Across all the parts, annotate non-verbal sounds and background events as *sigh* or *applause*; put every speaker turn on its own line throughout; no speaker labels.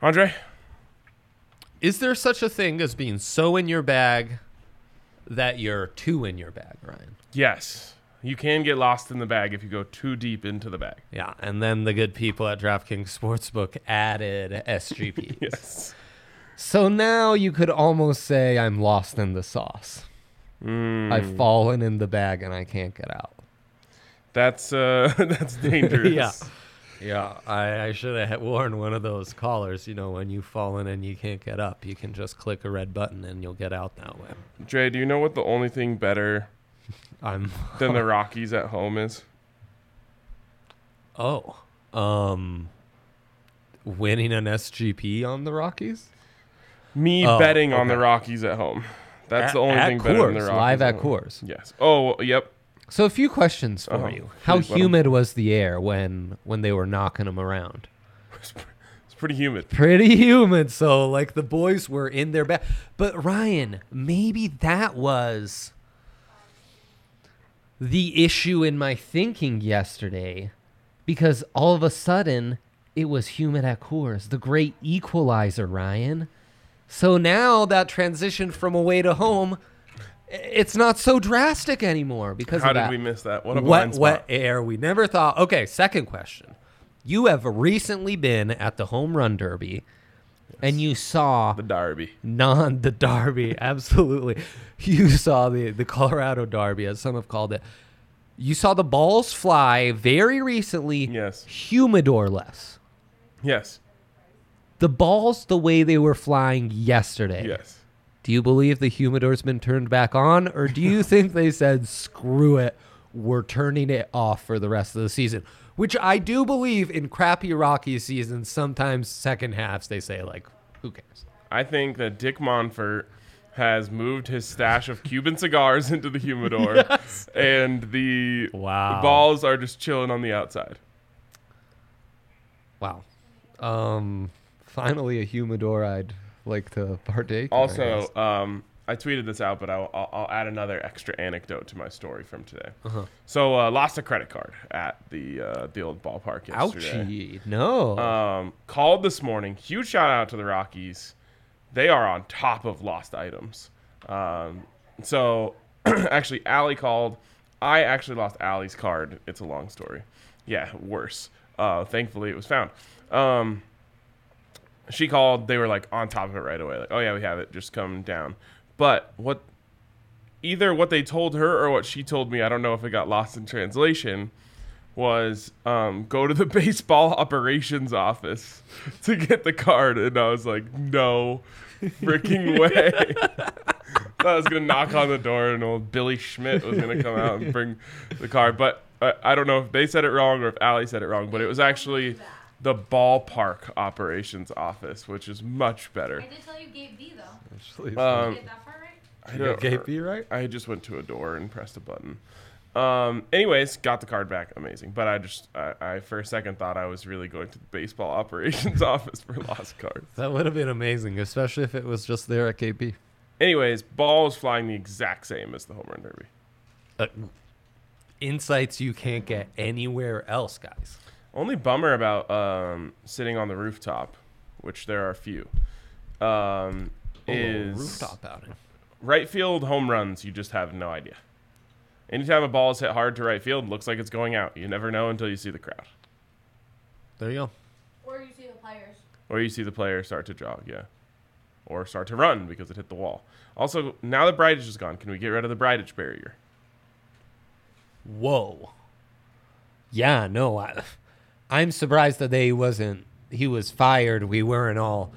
Andre,
Is there such a thing as being so in your bag that you're too in your bag, Ryan?
yes, you can get lost in the bag if you go too deep into the bag.
Yeah, and then the good people at DraftKings Sportsbook added SGP. *laughs*
Yes.
So now you could almost say I'm lost in the sauce. I've fallen in the bag and I can't get out.
*laughs* That's uh *laughs*
*laughs*
that's dangerous.
Yeah. Yeah, I, I should have worn one of those collars. You know, when you've fallen and you can't get up, you can just click a red button and you'll get out that way.
Dre, do you know what the only thing better
I'm
than
*laughs*
the Rockies at home is?
oh, um, winning an SGP on the Rockies.
Me
Oh,
betting on the
okay.
Rockies at home. That's
At-
the only
at
thing better than the
Coors,
Rockies.
live at
home.
Coors.
Yes. Oh, well, yep.
So a few questions for
Uh-huh.
you. How
Please let 'em-
humid was the air when when they were knocking them around?
It's pretty humid.
pretty *laughs* humid. So like the boys were in their bag. But Ryan, maybe that was the issue in my thinking yesterday because all of a sudden it was humid at Coors, the great equalizer, Ryan. So now that transition from away to home, i- it's not so drastic anymore because
How
of
did
that
we miss that? What a
what
blind
what
spot.
air we never thought okay second question you have recently been at the home run derby and you saw
The Derby.
non the derby *laughs* absolutely you saw the the colorado derby as some have called it you saw the balls fly very recently
Yes.
humidor less
Yes.
the balls the way they were flying yesterday
Yes.
do you believe the humidor's been turned back on, or do you think they said, screw it, we're turning it off for the rest of the season? Which I do believe in crappy Rocky seasons, sometimes second halves, they say, like, who cares?
I think that Dick Monfort has moved his stash of Cuban *laughs* cigars into the
*laughs*
humidor, and the
Wow.
balls are just chilling on the outside.
Wow. Um, finally, a humidor I'd like to partake. in, I
Also,
guess.
um, I tweeted this out, but I'll, I'll, I'll add another extra anecdote to my story from today.
Uh-huh.
So, uh, lost a credit card at the uh, the old ballpark yesterday.
ouchie. No.
Um, called this morning. Huge shout out to the Rockies. They are on top of lost items. Um, so, *clears throat* actually, Allie called. I actually lost Allie's card. It's a long story. Yeah, worse. Uh, thankfully, it was found. Um, she called. They were like on top of it right away. Like, oh yeah, we have it. Just come down. But what, either what they told her or what she told me, I don't know if it got lost in translation, was um, go to the *laughs* baseball operations office to get the card. And I was like, no freaking way. *laughs* I was gonna knock on the door and old Billy Schmidt was gonna come out and bring the card. But I, I don't know if they said it wrong or if Allie said it wrong. But it was actually the ballpark operations office, which is much better.
I did tell you gate B though.
Um,
Did I get that part right?
I
You got
don't-
KP, right?
I just went to a door and pressed a button. Um, anyways, got the card back. Amazing. But I just, I, I for a second thought I was really going to the baseball *laughs* operations office for lost cards.
That would have been amazing, especially if it was just there at KP.
Anyways, ball was flying the exact same as the home run derby.
Uh, insights you can't get anywhere else, guys.
Only bummer about um, sitting on the rooftop, which there are a few, um,
Oh,
is
rooftop outing.
right field home runs. You just have no idea. Anytime a ball is hit hard to right field, looks like it's going out. You never know until you see the crowd
There you go.
Or you see the players.
or you see the player start to jog. Yeah, or start to run because it hit the wall. Also, now that Bridage is gone, can we get rid of the Bridage barrier?
Whoa. Yeah, no, I, I'm surprised that they wasn't. He was fired. We weren't all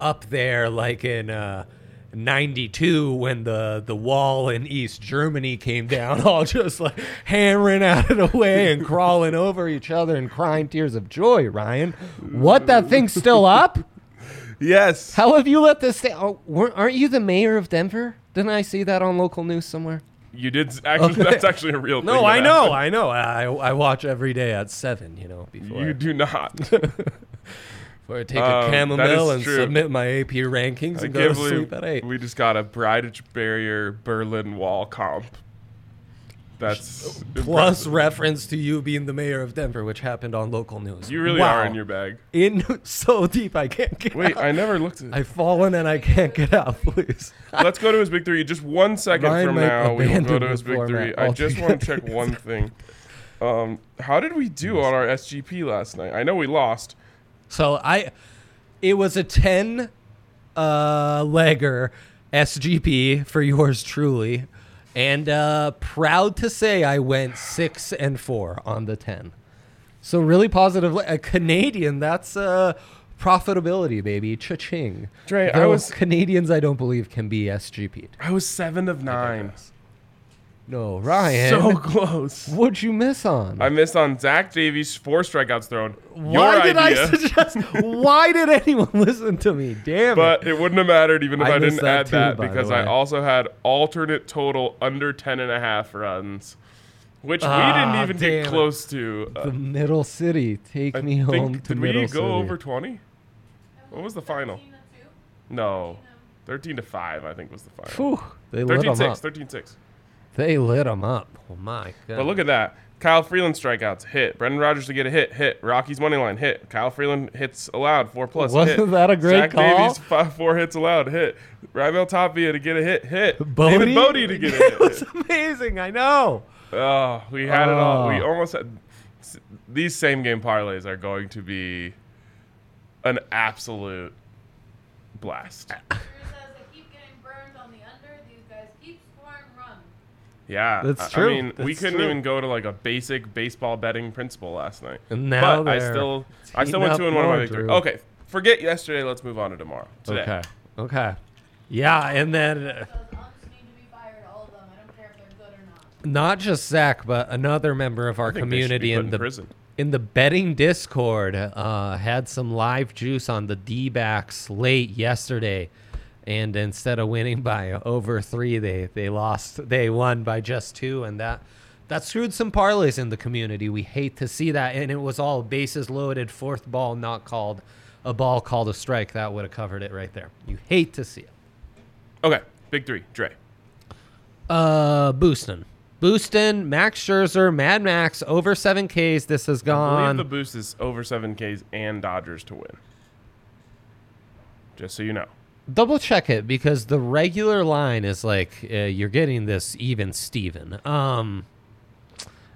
up there like in uh, '92 when the the wall in East Germany came down, *laughs* all just like hammering out of the way and crawling over each other and crying tears of joy. Ryan, what that thing's still up?
Yes.
How have you let this stay? Oh, weren't- aren't you the mayor of Denver? Didn't I see that on local news somewhere?
You did. s- Actually, that's actually a real. thing
No,
that
I
happened.
know, I know. I I watch every day at seven. You know, before
You do not.
*laughs* Where I take
Um,
a
that
chamomile
is
and
true.
submit my AP rankings
I
and go to
can't
sleep at
believe
eight.
we just got a Bridage Barrier Berlin Wall comp. That's
Plus
impressive.
reference to you being the mayor of Denver, which happened on local news.
You really
Wow.
are in your bag.
in *laughs* so deep I can't get
Wait,
out.
I never looked at.
I've fallen and I can't get out, *laughs* please.
Let's go to his big three. Just one second
Ryan
from
might
now, we will go
abandon
to his
the
big three.
format
I just want to
altogether.
check
*laughs*
one thing. Um, how did we do on our SGP last night? I know we lost.
So I it was a 10 uh legger SGP for yours truly. And uh proud to say I went 6 and 4 on the 10. So really positive le- a Canadian that's uh profitability baby cha-ching.
Dre, I
Though
was-
Canadians I don't believe can be SGP'd.
I was seven of nine.
No, Ryan.
So close.
*laughs* what'd you miss on?
I missed on Zach Davies four strikeouts thrown.
why
Your
did
idea.
I suggest? *laughs* why did anyone *laughs* listen to me? Damn it!
but it wouldn't have mattered even if I,
I missed
didn't
that
add
too,
that
by the
because I
way.
also had alternate total under 10 and a half runs, which
Ah,
we didn't even
damn
get
it.
close to. Uh,
The middle city, take
I
me
think-
home to
did we
middle
go
city.
over 20? What was the final?
13 to two.
No. 13 to 5, I think was the final.
Phew, they lit
13
them
6,
up.
13 6.
They lit them up. Oh my god! *laughs*
But look at that. Kyle Freeland strikeouts hit. Brendan Rodgers to get a hit hit. Rockies money line hit. Kyle Freeland hits allowed four plus.
Wasn't
hit.
that a great
Zach
call?
Davies five, four hits allowed hit. Ravel Tapia to get a hit hit. David
Bodie?
Bodie to get a
*laughs* it
hit.
was
hit.
amazing. I know.
Oh, we had it all. We
Oh.
almost had s- these same game parlays are going to be an absolute blast.
Drew says they keep getting burned on the under. These guys keep scoring runs.
Yeah,
That's
I-
true.
I mean, we
That's
couldn't
true.
even go to like a basic baseball betting principle last night.
And now
but I
they're
still, I still
heating
went
up
two and one on my
more,
victory.
Drew.
Okay, forget yesterday. Let's move on to tomorrow. Today.
Okay. Okay. Yeah, and then uh,
Says umps need to be fired, all of them. I don't care if they're good or not.
not just Zach, but another member of our
I think they should
community
be put
in
in
the
prison.
in the betting Discord uh, had some live juice on the D backs late yesterday. And instead of winning *laughs* by over three, they, they lost. They won by just two, and that that screwed some parlays in the community. We hate to see that, and it was all bases loaded, fourth ball not called, a ball called a strike. That would have covered it right there. You hate to see it.
Okay, big three. Dre.
Uh, Boostin, Boostin, Max Scherzer, Mad Max over seven Ks. This has
I believe
gone.
the boost is over seven Ks and Dodgers to win. Just so you know.
double check it because the regular line is like uh, you're getting this even Steven. Um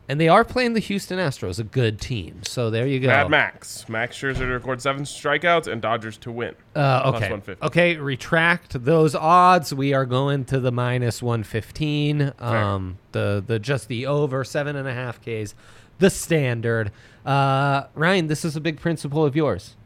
and they are playing the Houston Astros, a good team. So there you go.
Mad Max. Max Scherzer to record seven strikeouts and Dodgers to win.
Uh,
Plus
okay.
150.
Okay, retract those odds. We are going to the minus one fifteen. Um, the the just the over seven and a half Ks, the standard. Uh, Ryan, this is a big principle of yours,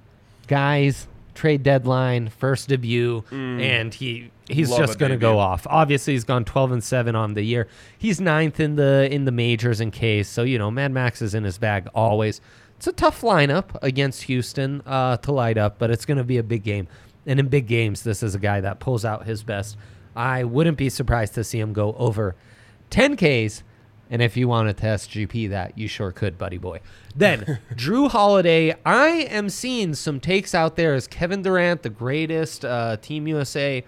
guys. Trade deadline, first debut,
Mm.
and he he's
Love
just
a
going to go
debut.
off. Obviously, he's gone twelve and seven on the year. He's ninth in the in the majors in case. So you know, Mad Max is in his bag always. It's a tough lineup against Houston uh, to light up, but it's going to be a big game. And in big games, this is a guy that pulls out his best. I wouldn't be surprised to see him go over 10Ks. And if you want to test GP that, you sure could, buddy boy. Then Drew Holiday, I am seeing some takes out there as Kevin Durant, the greatest uh, Team USA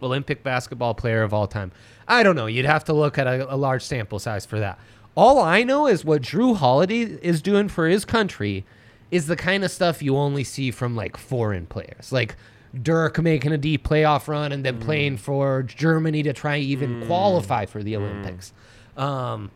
Olympic basketball player of all time. I don't know. You'd have to look at a, a large sample size for that. All I know is what Drew Holiday is doing for his country is the kind of stuff you only see from like foreign players, like Dirk making a deep playoff run and then playing for Germany to try even qualify for the Olympics. Um,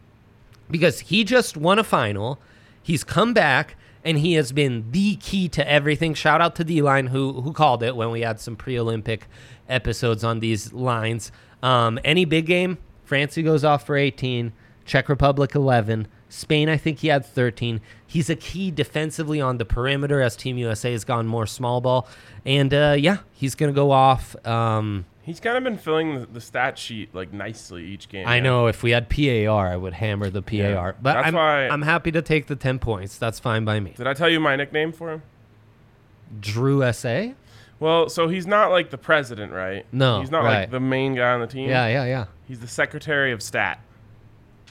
because he just won a final. He's come back and he has been the key to everything. Shout out to D line who who called it when we had some pre Olympic episodes on these lines. Um, any big game, France he goes off for 18, Czech Republic 11, Spain I think he had 13. He's a key defensively on the perimeter as Team USA has gone more small ball, and uh, yeah, he's gonna go off. Um,
He's kind of been filling the, the stat sheet like nicely each game.
I know if we had PAR, I would hammer the PAR. But
That's
I'm,
why-
I'm happy to take the 10 points. That's fine by me.
Did I tell you my nickname for him?
Drew SA?
Well, so he's not like the president, right?
No,
He's not
right.
like the main guy on the team.
Yeah, yeah, yeah.
He's the secretary of stat.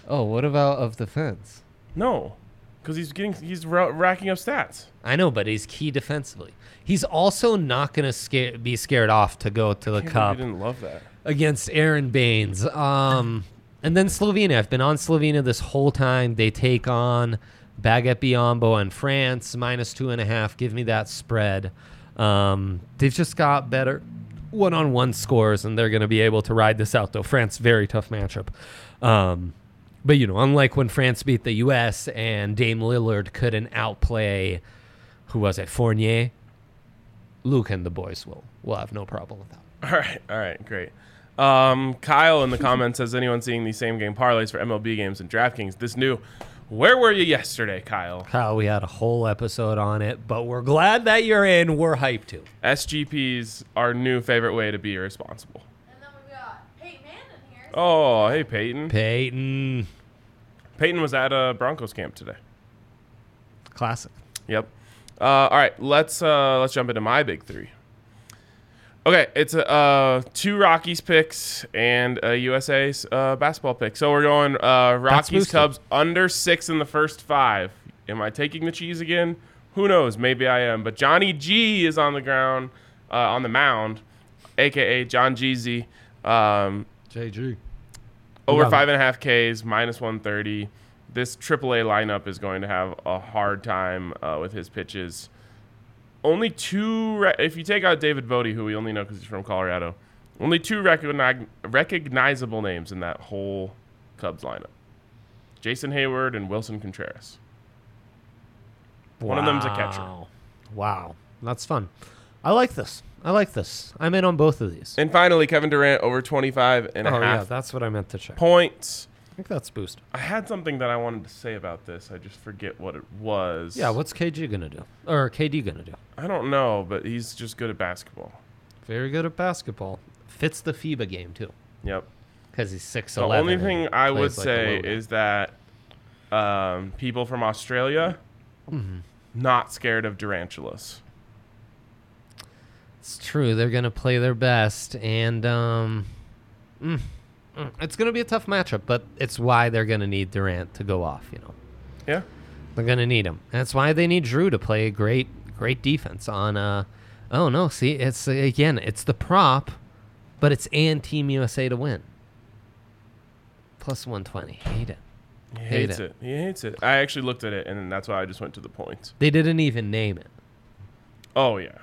Oh, what about of defense?
No, because he's getting he's ra- racking up stats.
I know, but he's key defensively. He's also not going to scare, be scared off to go to the
Can't believe
cup
You didn't love that. *laughs*
against Aaron Baines. Um, and then Slovenia. I've been on Slovenia this whole time. They take on Baguette Biombo and France, minus two and a half. Give me that spread. Um, they've just got better one on one scores, and they're going to be able to ride this out, though. France, very tough matchup. Um, but, you know, unlike when France beat the U.S. and Dame Lillard couldn't outplay, who was it, Fournier? Luke and the boys will, will have no problem with that.
All right, all right, great. Um, Kyle in the comments says, anyone seeing these same game parlays for MLB games and DraftKings? This new, where were you yesterday, Kyle?
Kyle, we had a whole episode on it, but we're glad that you're in. We're hyped too.
SGP's our new favorite way to be irresponsible.
And then we got Peyton Manning here.
Oh, hey Peyton.
Peyton.
Peyton was at a Broncos camp today.
Classic.
Yep. Uh, all right, let's uh, let's jump into my big three. Okay, it's a uh, two Rockies picks and a USA's uh, basketball pick. So we're going uh, Rockies
boosted.
Cubs under six in the first five. Am I taking the cheese again? Who knows? Maybe I am. But Johnny G is on the ground, uh, on the mound, aka John Jeezy. Um,
JG.
over
Love it.
five and a half Ks, minus 130. This AAA lineup is going to have a hard time uh, with his pitches. Only two, re- if you take out David Bodie, who we only know because he's from Colorado, only two recogni- recognizable names in that whole Cubs lineup Jason Hayward and Wilson Contreras. One of them's a catcher.
Wow. That's fun. I like this. I like this. I'm in on both of these.
And finally, Kevin Durant over 25 and a
oh, yeah.
half
That's what I meant to check.
points.
I think that's boosted.
I had something that I wanted to say about this. I just forget what it was.
Yeah. What's KG going to do? Or KD going to do?
I don't know, but he's just good at basketball.
Very good at basketball. Fits the FIBA game too
Yep.
because he's 6'11.
The only
and
thing I would
plays like a
say
logo.
is that um, people from Australia
Mm-hmm.
not scared of tarantulas.
It's true. They're going to play their best, and um, mm, mm, it's going to be a tough matchup. But it's why they're going to need Durant to go off. You know,
Yeah.
they're going to need him. That's why they need Drew to play great, great defense on. Uh, oh no, see, it's again, it's the prop, but it's and Team USA to win. Plus one twenty. Hate it.
He
Hate
hates
it.
it. He hates it. I actually looked at it, and that's why I just went to the points.
They didn't even name it.
Oh yeah.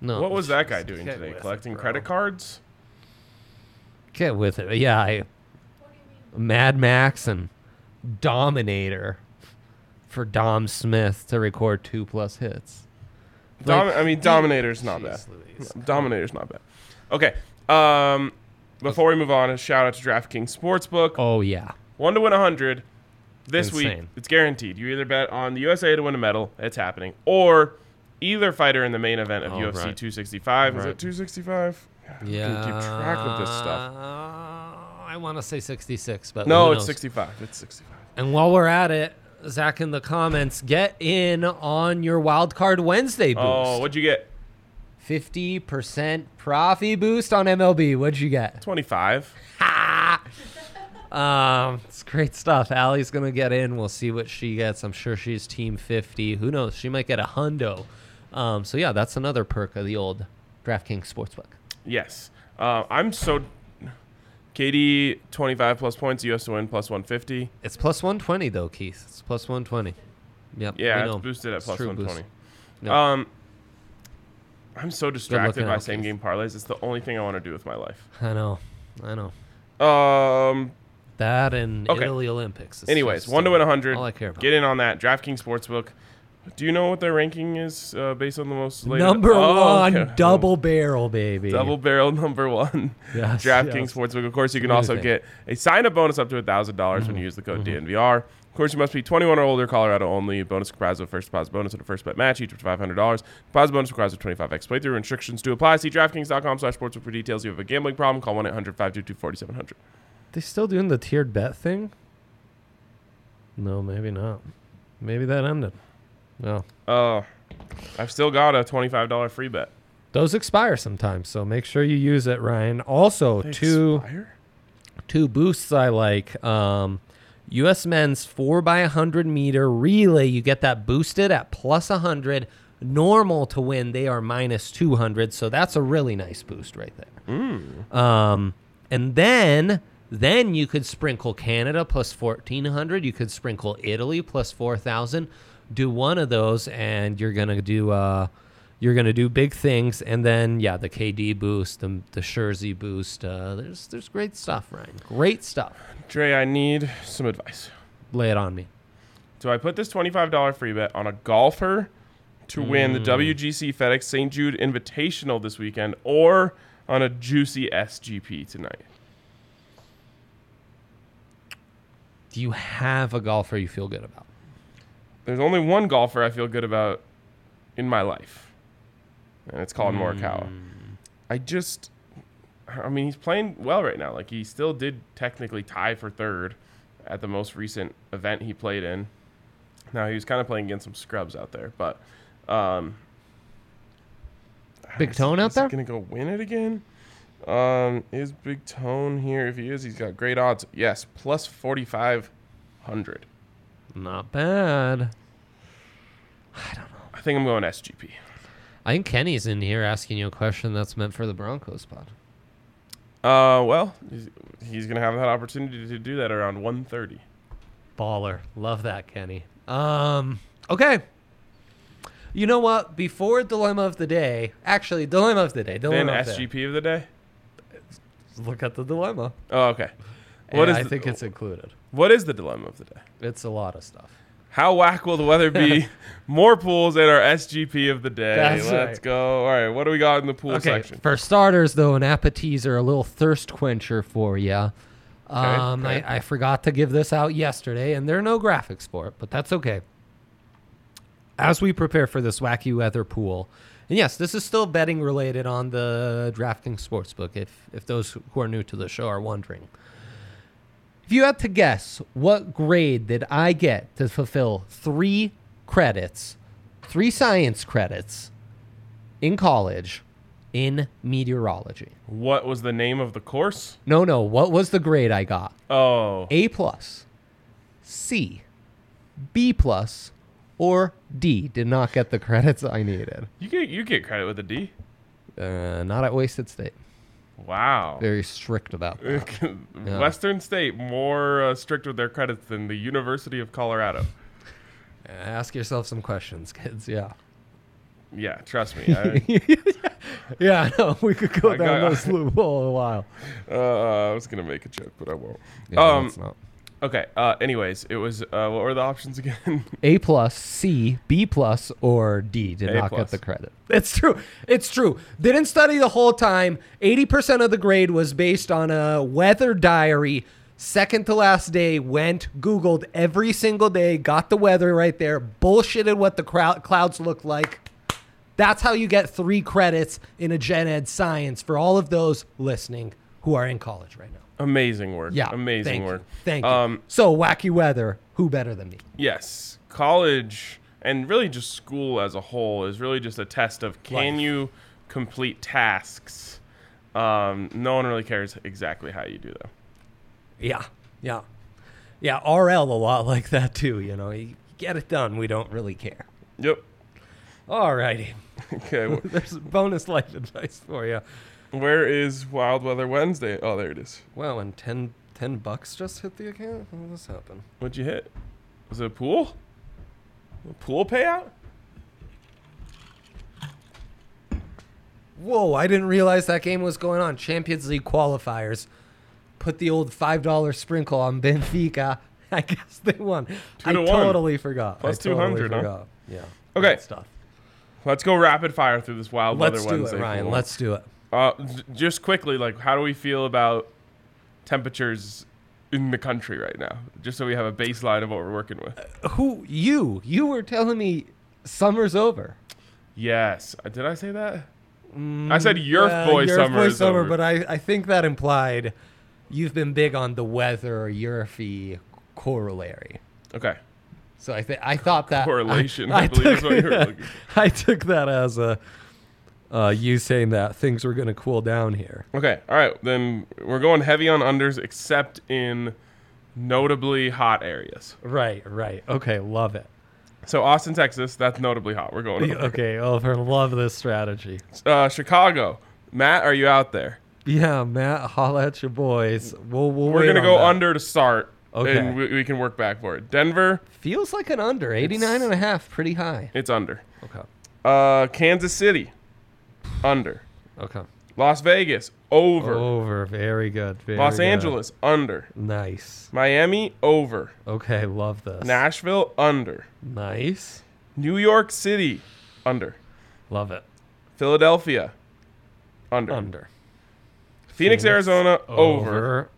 No.
What was that guy
just
doing
get
today?
with it,
Collecting
bro.
credit cards?
Get with it. Yeah, I
What do you mean?
Mad Max and Dominator for Dom Smith to record two plus hits.
Dom-
Like-
I mean, Dominator's not bad.
Jeez Louise.
Dominator's not bad. Okay. Um, before we move on, a shout out to DraftKings Sportsbook.
Oh yeah,
One to win 100 this week.
Insane.
It's guaranteed. You either bet on the USA to win a medal, it's happening, or either fighter in the main event of
Oh,
UFC
right.
265. Is
Right.
it 265?
yeah. Uh,
keep track of this stuff.
I want to say sixty-six, but
No,
who
it's
knows?
65. It's 65.
And while we're at it, Zach in the comments, get in on your Wild Card Wednesday boost.
Oh, what'd you get?
50% profit boost on MLB. What'd you get?
25.
*laughs* Um, it's great stuff. Allie's going to get in. We'll see what she gets. I'm sure she's team 50. Who knows? She might get a hundo. Um, so yeah, that's another perk of the old DraftKings Sportsbook.
Yes. Uh, I'm so. KD 25 plus points, US to win plus 150.
It's plus 120 though, Keith. It's plus 120. Yep. we
Yeah,
know.
it's boosted at
It's
plus
true boost.
120.
Yeah.
Um, I'm so distracted
looking
by
out,
same game parlays. It's the only thing I want to do with my life.
I know. I know.
Um,
That and
Okay.
Italy Olympics. It's
anyways,
just
one to win 100.
All I care about.
Get in on that. DraftKings Sportsbook. Do you know what their ranking is uh, based on the most latest?
Number one,
Oh, okay.
double barrel, baby.
Double barrel number one. *laughs*
Yes,
DraftKings
yes.
Sportsbook. Of course, you can
What do you
also
think? Mm-hmm.
get a sign up bonus up to $1,000 dollars when you use the code DNVR. Of course, you must be 21 or older, Colorado only. Bonus comprised of a first deposit bonus and a first bet match, each of $500. Deposit bonus requires a 25x playthrough. Restrictions do apply. See DraftKings.com slash sportsbook for details. If you have a gambling problem, call 1 800 522 4700.
They still doing the tiered bet thing? No, maybe not. Maybe that ended. No.
Oh, I've still got a $25 free bet.
Those expire sometimes, so make sure you use it, Ryan. Also, two
Expire?
two boosts I like. Um, U.S. men's four by 100 meter relay. You get that boosted at plus 100. Normal to win, they are minus 200. So that's a really nice boost right there. Um, and then then you could sprinkle Canada plus 1400. You could sprinkle Italy plus 4000. Do one of those, and you're gonna do uh, you're gonna do big things. And then yeah, the KD boost, the the Scherzi boost. Uh, there's there's great stuff, Ryan. Great stuff.
Dre, I need some advice.
Lay it on me.
Do I put this $25 free bet on a golfer to win the WGC FedEx St. Jude Invitational this weekend or on a juicy SGP tonight?
Do you have a golfer you feel good about?
There's only one golfer I feel good about in my life, and it's Colin Morikawa.
Hmm.
I just, I mean, he's playing well right now. Like, he still did technically tie for third at the most recent event he played in. Now, he was kind of playing against some scrubs out there, but. Um,
Big
Is-
Tone out
is he
there?
gonna go win it again? Um, is Big Tone here? If he is, he's got great odds. Yes, plus forty five hundred.
Not bad.
I think I'm going SGP.
I think Kenny's in here asking you a question that's meant for the Broncos pod.
Uh, well, he's- he's gonna have that opportunity to do that around 1.30.
Baller. Love that, Kenny. Um, okay. You know what? Before dilemma of the day, actually dilemma of the day.
Then
Dilemma of the day.
SGP of the day.
Look at the dilemma.
Oh, okay. What
And
is
I
the-
think it's included.
What is the dilemma of the day?
It's a lot of stuff.
How whack will the weather
*laughs*
be? More pools at our SGP of the day.
That's
Let's
right.
go. All right, what do we got in the pool
Okay.
section?
For starters, though, an appetizer, a little thirst quencher for you. Um,
okay.
I, I forgot to give this out yesterday, and there are no graphics for it, but that's okay. As we prepare for this wacky weather pool, and yes, this is still betting related on the DraftKings Sportsbook, if, if those who are new to the show are wondering. If you had to guess what grade did I get to fulfill three credits, three science credits in college in meteorology?
What was the name of the course?
No, no. What was the grade I got?
Oh,
A plus, C, B plus, or D? Did not get the credits I needed.
you get you get credit with a D.
Uh, not at Wasted State.
Wow.
Very strict about that.
*laughs* Western State more uh, strict with their credits than the University of Colorado.
Ask yourself some questions, kids. Yeah.
Yeah, trust me.
*laughs*
I,
Yeah, *laughs* I know. We could go
I
down
got-
this loophole a while.
uh, I was gonna make a joke, but I won't.
Yeah,
um,
that's not-
okay. Uh, anyways, it was. Uh, what were the options again? *laughs*
A plus, C, B plus, or D did
A
not
plus.
get the credit. It's true. It's true. Didn't study the whole time. 80% of the grade was based on a weather diary. Second to last day, went, Googled every single day, got the weather right there, bullshitted what the crowd, clouds looked like. That's how you get three credits in a gen ed science for all of those listening who are in college right now.
Amazing work.
Yeah.
Amazing
thank you,
work.
Thank you.
Um,
so, wacky weather, who better than me?
yes, college and really just school as a whole is really just a test of can
Life.
you complete tasks. Um, no one really cares exactly how you do them.
Yeah, yeah, yeah. RL a lot like that too. You know, you get it done. We don't really care.
Yep.
Alrighty, *laughs*
Okay. wh-
there's bonus life advice for you.
Where is Wild Weather Wednesday? Oh, there it is.
Wow, and 10, 10 bucks just hit the account. How did this happen?
What'd you hit? Was it a pool? A pool payout?
Whoa, I didn't realize that game was going on. Champions League qualifiers. Put the old $5 sprinkle on Benfica. *laughs* I guess they won. I
to one.
totally forgot.
Plus
I totally
200, huh?
forgot. Yeah.
Okay.
Good stuff.
Let's go rapid fire through this Wild
Let's
Weather
do
Wednesday.
it, Ryan.
pool.
Let's do it.
Uh, j- just quickly, like, how do we feel about temperatures in the country right now? Just so we have a baseline of what we're working with.
Who you? You were telling me summer's over.
Yes. Uh, Did I say that? I said your
Uh,
boy
Yerf
summer
boy
is
summer,
over.
but I, I think that implied you've been big on the weather or Yerfy corollary.
okay.
So I think I thought that *laughs*
Correlation, I believe is what you were looking
I took that as a uh, you saying that things were going to cool down here.
Okay. All right. Then we're going heavy on unders, except in notably hot areas.
Right, right. Okay, love it.
So Austin, Texas, that's notably hot. We're going. over.
*laughs* Okay, over. Love this strategy.
Uh, Chicago. Matt, are you out there?
Yeah, Matt, holla at your boys. We'll, we'll
We're
wait
gonna
on
go
that.
under to start,
Okay.
and we, we can work back for it. Denver,
Feels like an under. 89 and a half, pretty high.
it's under.
Okay.
Uh, Kansas City, under.
Okay.
Las Vegas, over.
Over. Very good. Very
Los
good.
Angeles, under.
Nice.
Miami, over.
Okay, love this.
Nashville, under.
Nice.
New York City, under.
Love it.
Philadelphia, under.
Under.
Phoenix,
Phoenix,
Arizona, over.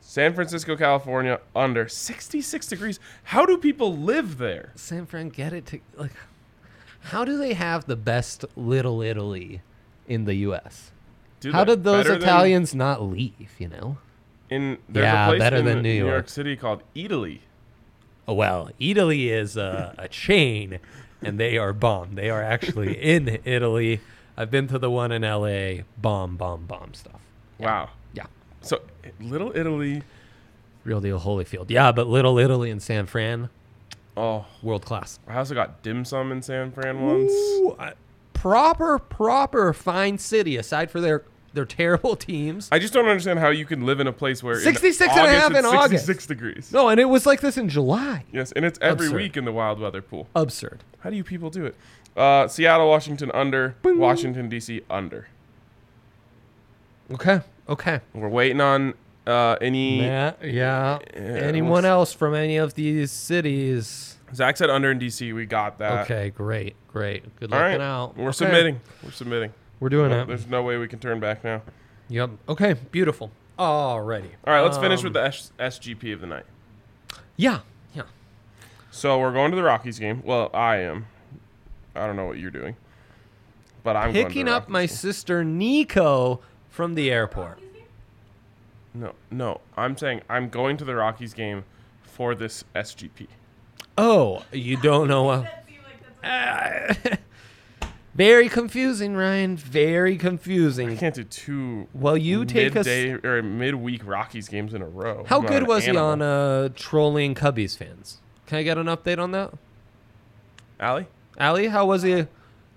San Francisco, California, under. 66 degrees. How do people live there?
San Fran, get it to like. How do they have the best Little Italy in the U.S.?
Do
How
they-
did those
better than-
Italians not leave? You know.
in there's
Yeah,
a place
better
in
than
New,
New
York.
York.
City called Italy.
Oh, well, Italy is a, a chain, and they are bomb. They
*laughs*
are actually in Italy. I've been to the one in L.A. Bomb, bomb, bomb stuff.
Wow.
Yeah.
So Little Italy.
Real deal, Holyfield. Yeah, but Little Italy and San Fran,
Oh,
world class.
I also got dim sum in San Fran once.
Ooh, I- proper, proper fine city. Aside for their their *laughs* terrible teams.
I just don't understand how you can live in a place where
66
in
and a half
it's
in August.
66 degrees.
No, and it was like this in July.
Yes, and it's every
Absurd.
week in the wild weather pool.
Absurd.
How do you people do it? Uh, Seattle, Washington under, Washington D.C. under.
Okay. Okay.
We're waiting on uh, any.
Yeah. Yeah. Anyone
let's-
else from any of these cities?
Zach said under in D.C. We got that.
Okay. Great. Great. Good
All
looking
right.
out.
We're
Okay.
submitting. We're submitting.
We're doing it.
There's no way we can turn back now.
Yep. Okay. Beautiful. Alrighty. Um,
All right, let's finish with the S- SGP of the night.
Yeah. Yeah.
So we're going to the Rockies game. Well, I am. I don't know what you're doing, but I'm going to
Picking
the
up my
Rockies
sister Nico from the airport.
game. No, no. I'm saying I'm going to the Rockies game for this SGP.
Oh, you don't know what. *laughs*
That seemed like that's
Ah. Very confusing, Ryan. Very confusing.
I can't do two.
Well, you take us-
midday or midweek Rockies games in a row.
How
I'm not
good
an
was he
animal.
on uh, trolling Cubbies fans? Can I get an update on that?
Allie?
Ali, how was he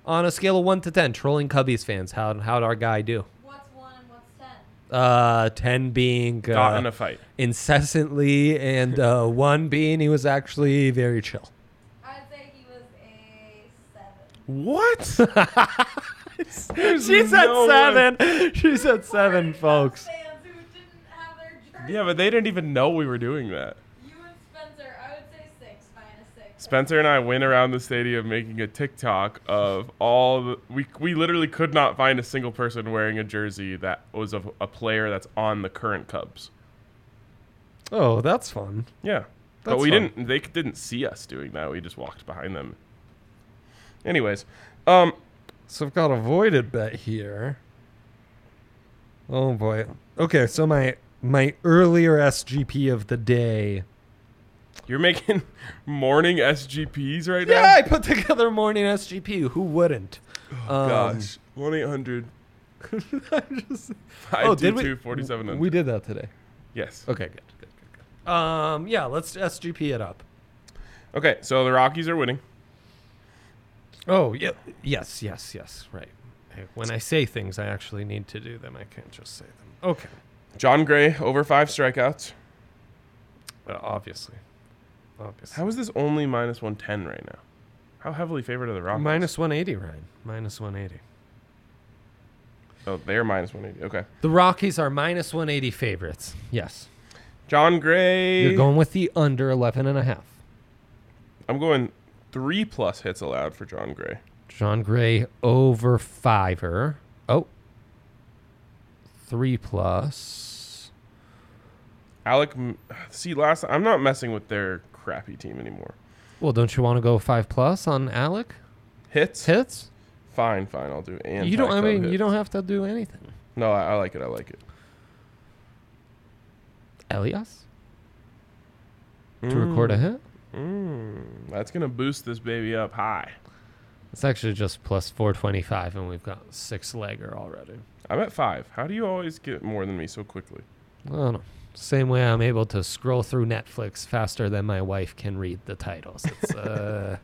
on a scale of 1 to 10 trolling Cubbies fans? How how'd our guy do?
Ah.
what's one and what's ten.
Uh 10 being uh,
Not in a fight.
incessantly
*laughs*
and uh, 1 being he was actually very chill.
I'd say he was a seven.
*laughs*
What? There's
She's at
no way.
7. She's at 7, folks.
Fans who didn't have their jersey.
Yeah, but they didn't even know we were doing that.
You and Spencer, I would say six, minus six.
Spencer and I went around the stadium making a TikTok of all the, we we literally could not find a single person wearing a jersey that was of a player that's on the current Cubs.
Oh, that's fun.
Yeah, but
That's
we
fun.
didn't. They c- didn't see us doing that. We just walked behind them. Anyways, um,
So I've got a voided bet here. Oh boy. Okay, so my my earlier SGP of the day
You're making *laughs* morning SGPs right
Yeah,
now.
I put together morning SGP. Who wouldn't? Um,
Oh, Gosh, one eight hundred
*laughs* I'm just- oh,
five two two forty seven
We
hundred.
did that today.
Yes.
Okay, good, good, good, good. Um, yeah, let's SGP it up.
Okay, so the Rockies are winning.
Oh yeah, yes, yes, yes. Right. Hey, when I say things, I actually need to do them. I can't just say them. Okay.
John Gray over five strikeouts.
Well, uh, obviously, obviously.
How is this only minus one ten right now? How heavily favored are the Rockies?
Minus 180, Ryan. Minus 180.
Oh, they're minus one eighty. Okay.
The Rockies are minus 180 favorites. Yes.
John Gray.
You're going with the under 11 and a half.
I'm going three plus hits allowed for John Gray.
John Gray over fiver. Oh. Three plus.
Alec, M- see last I'm not messing with their crappy team anymore.
Well, don't you want to go five plus on Alec?
Hits.
Hits?
Fine, fine. I'll do. And
you don't. I
Taco
mean, you
hits.
don't have to do anything.
No, I, I like it. I like it.
Elias to
Hmm.
record a hit.
Mm, that's gonna boost this baby up high.
It's actually just plus 425, and we've got six legger already.
I'm at five. How do you always get more than me so quickly?
I don't know. Same way I'm able to scroll through Netflix faster than my wife can read the titles. It's *laughs* uh,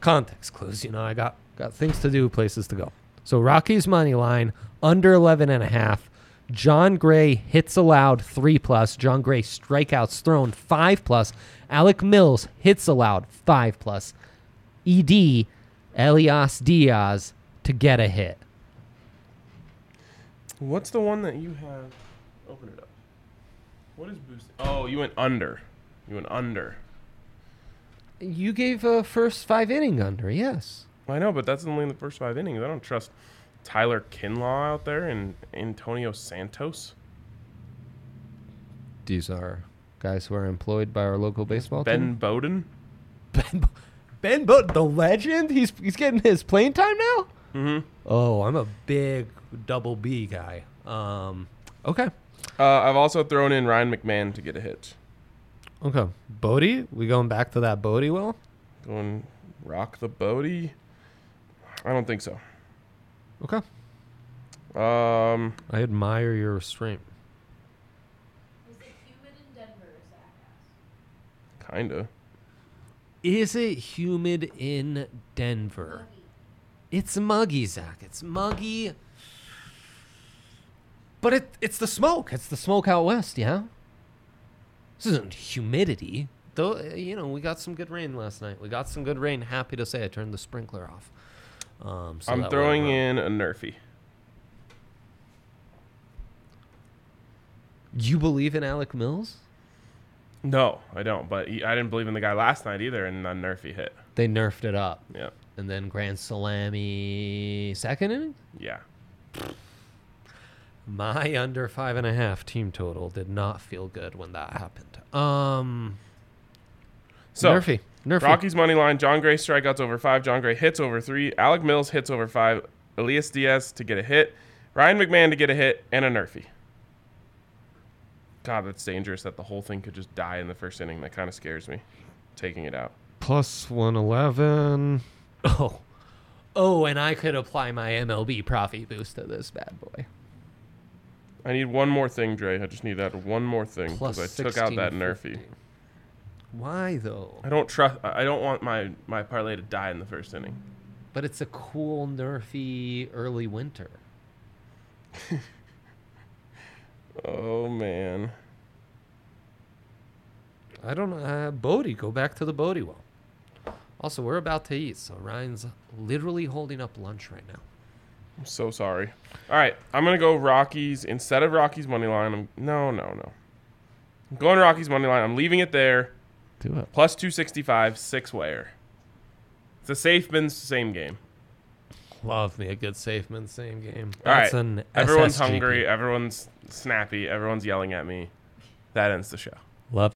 context clues. You know, I got got things to do, places to go. So Rockies money line under 11 and a half. John Gray hits allowed three plus. John Gray strikeouts thrown five plus. Alec Mills hits allowed five plus. Ed Elias Diaz to get a hit.
What's the one that you have? Open it up. What is boosting? Oh, you went under. You went under.
You gave a first five inning under, yes.
I know, but that's only in the first five innings. I don't trust Tyler Kinlaw out there and Antonio Santos.
These are guys who are employed by our local baseball
Ben
team.
Bowden.
*laughs* Ben, Ben, Bo- the legend. He's he's getting his playing time now.
Mm-hmm.
Oh, I'm a big double B guy. Um, okay,
Uh, I've also thrown in Ryan McMahon to get a hit.
okay. Bodie, we going back to that Bodie? Will
Going rock the Bodie. I don't think so.
okay.
Um,
I admire your restraint.
Was it humid in Denver, Zach asked?
kinda.
Is it humid in Denver?
Muggy.
It's muggy, Zach. It's muggy. But it, it's the smoke. It's the smoke out west, yeah? This isn't humidity. Though, uh, you know, we got some good rain last night. We got some good rain. Happy to say I turned the sprinkler off. Um, so
I'm
that way
throwing
we're-
in a Nerfy.
You believe in Alec Mills?
No, I don't. But he, I didn't believe in the guy last night either, and then Nerfy hit.
They nerfed it up.
Yeah,
And then Grand Salami second inning?
yeah.
My under five and a half team total did not feel good when that happened. Um,
So
Nerfy. Nerfy.
Rockies money line. John Gray strikeouts over five. John Gray hits over three. Alec Mills hits over five. Elias Diaz to get a hit. Ryan McMahon to get a hit and a Nerfy. God, that's dangerous. That the whole thing could just die in the first inning. That kind of scares me. Taking it out.
plus 111. Oh. Oh, and I could apply my MLB profit boost to this bad boy.
I need one more thing, Dre. I just need that one more thing
Plus
because I took out that
1650.
Nerfy.
Why though?
I don't trust. I I don't want my my parlay to die in the first inning.
But it's a cool nerfy early winter.
Oh man.
I don't uh Bodie, go back to the Bodie well. Also, we're about to eat, so Ryan's literally holding up lunch right now.
I'm so sorry. All right, I'm gonna go Rockies instead of Rockies money line. I'm no, no, no. I'm going Rockies money line. I'm leaving it there.
Do it.
Plus 265, six wire. It's a safe bins same game.
Love me a good safe man same game.
All right,
That's an
everyone's
SSGP.
hungry. Everyone's snappy. Everyone's yelling at me. That ends the show.
Love